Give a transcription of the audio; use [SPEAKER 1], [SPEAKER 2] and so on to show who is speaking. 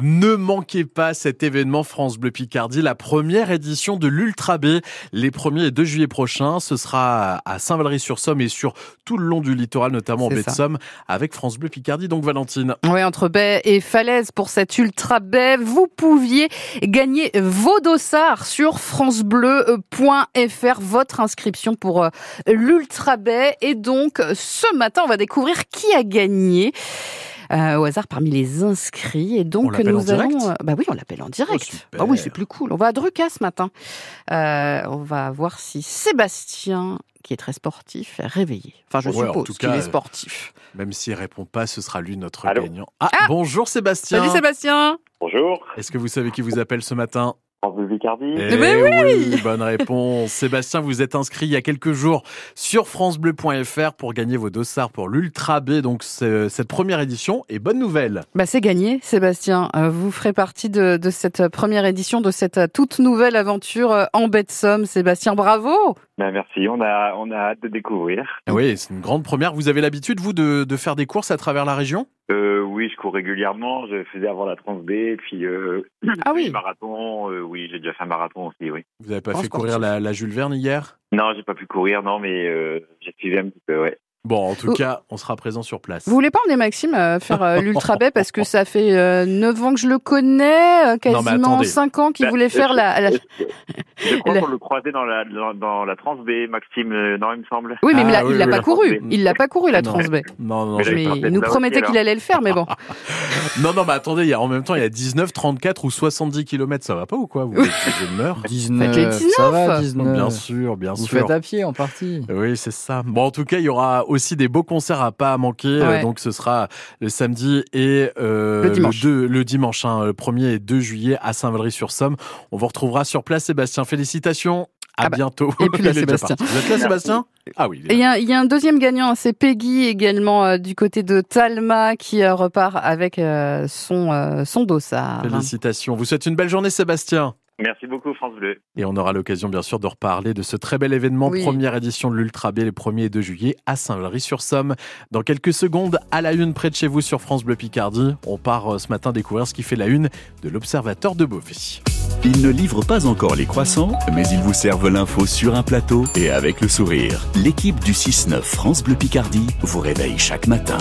[SPEAKER 1] Ne manquez pas cet événement France Bleu Picardie, la première édition de l'Ultra B. Les 1er et 2 juillet prochains, ce sera à Saint-Valery-sur-Somme et sur tout le long du littoral, notamment en
[SPEAKER 2] C'est
[SPEAKER 1] baie de
[SPEAKER 2] ça.
[SPEAKER 1] Somme, avec France Bleu Picardie. Donc Valentine,
[SPEAKER 2] Oui, entre baie et falaise pour cette ultra baie, vous pouviez gagner vos dossards sur francebleu.fr, votre inscription pour euh, l'ultra baie. Et donc, ce matin, on va découvrir qui a gagné. euh, au hasard parmi les inscrits et donc
[SPEAKER 1] l'appelle en
[SPEAKER 2] nous allons
[SPEAKER 1] direct
[SPEAKER 2] euh, bah oui on l'appelle en direct
[SPEAKER 1] Oh, super.
[SPEAKER 2] bah oui c'est plus cool on va à Druca ce matin Euh, on va voir si Sébastien qui est très sportif est réveillé enfin je
[SPEAKER 1] Ouais, en
[SPEAKER 2] suppose
[SPEAKER 1] tout
[SPEAKER 2] qu'il
[SPEAKER 1] cas,
[SPEAKER 2] est
[SPEAKER 1] euh,
[SPEAKER 2] sportif
[SPEAKER 1] même s'il répond pas, ce sera lui notre
[SPEAKER 3] Allô
[SPEAKER 1] gagnant. Ah,
[SPEAKER 2] Ah
[SPEAKER 1] bonjour Sébastien.
[SPEAKER 2] salut Sébastien
[SPEAKER 3] Bonjour,
[SPEAKER 1] Est-ce que vous savez qui vous appelle ce matin
[SPEAKER 3] France Bleu Picardie.
[SPEAKER 1] Eh
[SPEAKER 2] ben
[SPEAKER 1] oui, bonne réponse. Sébastien, vous êtes inscrit il y a quelques jours sur francebleu.fr pour gagner vos dossards pour l'Ultra B, donc c'est- cette première édition. Et bonne nouvelle,
[SPEAKER 2] Bah c'est gagné, Sébastien. Euh, Vous ferez partie de, de cette première édition, de cette euh, toute nouvelle aventure euh, en baie de Somme. Sébastien, bravo
[SPEAKER 3] Ben, merci, on a, on a hâte de découvrir.
[SPEAKER 1] Eh oui, c'est une grande première. Vous avez l'habitude, vous, de, de faire des courses à travers la région
[SPEAKER 3] Euh, oui, je cours régulièrement, je faisais avant la Trans B, puis euh,
[SPEAKER 2] Ah
[SPEAKER 3] le
[SPEAKER 2] oui,
[SPEAKER 3] marathon, euh, oui, j'ai déjà fait un marathon aussi, oui.
[SPEAKER 1] Vous n'avez pas
[SPEAKER 2] En
[SPEAKER 1] fait
[SPEAKER 2] sportif.
[SPEAKER 1] courir la, la Jules Verne hier
[SPEAKER 3] Non, j'ai pas pu courir, non, mais euh, j'ai suivi un petit peu, ouais.
[SPEAKER 1] Bon, en tout
[SPEAKER 2] Ouh.
[SPEAKER 1] cas, on sera présent sur place.
[SPEAKER 2] vous voulez pas emmener Maxime euh, faire euh, l'ultra baie parce que ça fait euh, 9 ans que je le connais, euh,
[SPEAKER 1] Non, mais
[SPEAKER 2] quasiment
[SPEAKER 1] attendez.
[SPEAKER 2] 5 ans qu'il
[SPEAKER 3] Bah,
[SPEAKER 2] voulait faire la... la-
[SPEAKER 3] Je crois
[SPEAKER 2] Le-
[SPEAKER 3] qu'on le croisait dans la, dans, dans la Trans B, Maxime, euh, non, il me semble.
[SPEAKER 2] Oui, mais il
[SPEAKER 1] Ah,
[SPEAKER 2] l'a-
[SPEAKER 1] oui,
[SPEAKER 2] il l'a
[SPEAKER 1] oui,
[SPEAKER 2] pas
[SPEAKER 1] la
[SPEAKER 2] couru.
[SPEAKER 1] Trans-Baie.
[SPEAKER 2] Il l'a pas couru la
[SPEAKER 1] Non.
[SPEAKER 2] Transbay.
[SPEAKER 1] Non, non,
[SPEAKER 3] Mais
[SPEAKER 1] je-
[SPEAKER 3] j'avais
[SPEAKER 2] Mais
[SPEAKER 3] peur
[SPEAKER 2] il
[SPEAKER 3] d'être
[SPEAKER 2] nous
[SPEAKER 3] là
[SPEAKER 2] promettait
[SPEAKER 3] aussi,
[SPEAKER 2] qu'il allait le faire, mais bon.
[SPEAKER 1] non, non, mais attendez, il y a, en même temps, il y a 19, 34 ou 70 km, ça va pas ou quoi Vous voulez que je meure
[SPEAKER 4] 19,
[SPEAKER 2] Faites les
[SPEAKER 4] ça va 19.
[SPEAKER 1] Bien sûr, bien
[SPEAKER 4] Vous
[SPEAKER 1] sûr.
[SPEAKER 4] faites à pied en partie.
[SPEAKER 1] Oui, c'est ça. Bon, en tout cas, il y aura aussi des beaux concerts à pas manquer.
[SPEAKER 2] Ouais.
[SPEAKER 1] Euh, Donc, ce sera le samedi et euh,
[SPEAKER 2] Le dimanche.
[SPEAKER 1] deux- le dimanche, hein, le 1er et 2 juillet à Saint-Valery-sur-Somme. On vous retrouvera sur place, Sébastien. Félicitations. À
[SPEAKER 2] Ah bah.
[SPEAKER 1] bientôt.
[SPEAKER 2] Et puis là,
[SPEAKER 1] Il est déjà
[SPEAKER 2] Sébastien.
[SPEAKER 1] parti. Vous êtes là, Sébastien Ah oui. il est
[SPEAKER 2] Et il y, a- il y a un deuxième gagnant, hein, c'est Peggy également euh, du côté de Talma qui euh, repart avec euh, son, euh, son dossard.
[SPEAKER 1] Félicitations. Vous souhaite une belle journée, Sébastien.
[SPEAKER 3] Merci beaucoup, France Bleu.
[SPEAKER 1] Et on aura l'occasion, bien sûr, de reparler de ce très bel événement,
[SPEAKER 2] Oui.
[SPEAKER 1] première édition de l'Ultra B, les 1er et 2 juillet à Saint-Valery-sur-Somme. Dans quelques secondes, à la une près de chez vous sur France Bleu Picardie, on part euh, ce matin découvrir ce qui fait la une de l'Observateur de Beauvais.
[SPEAKER 5] Ils ne livrent pas encore les croissants, mais ils vous servent l'info sur un plateau et avec le sourire. L'équipe du 6-9 France Bleu Picardie vous réveille chaque matin.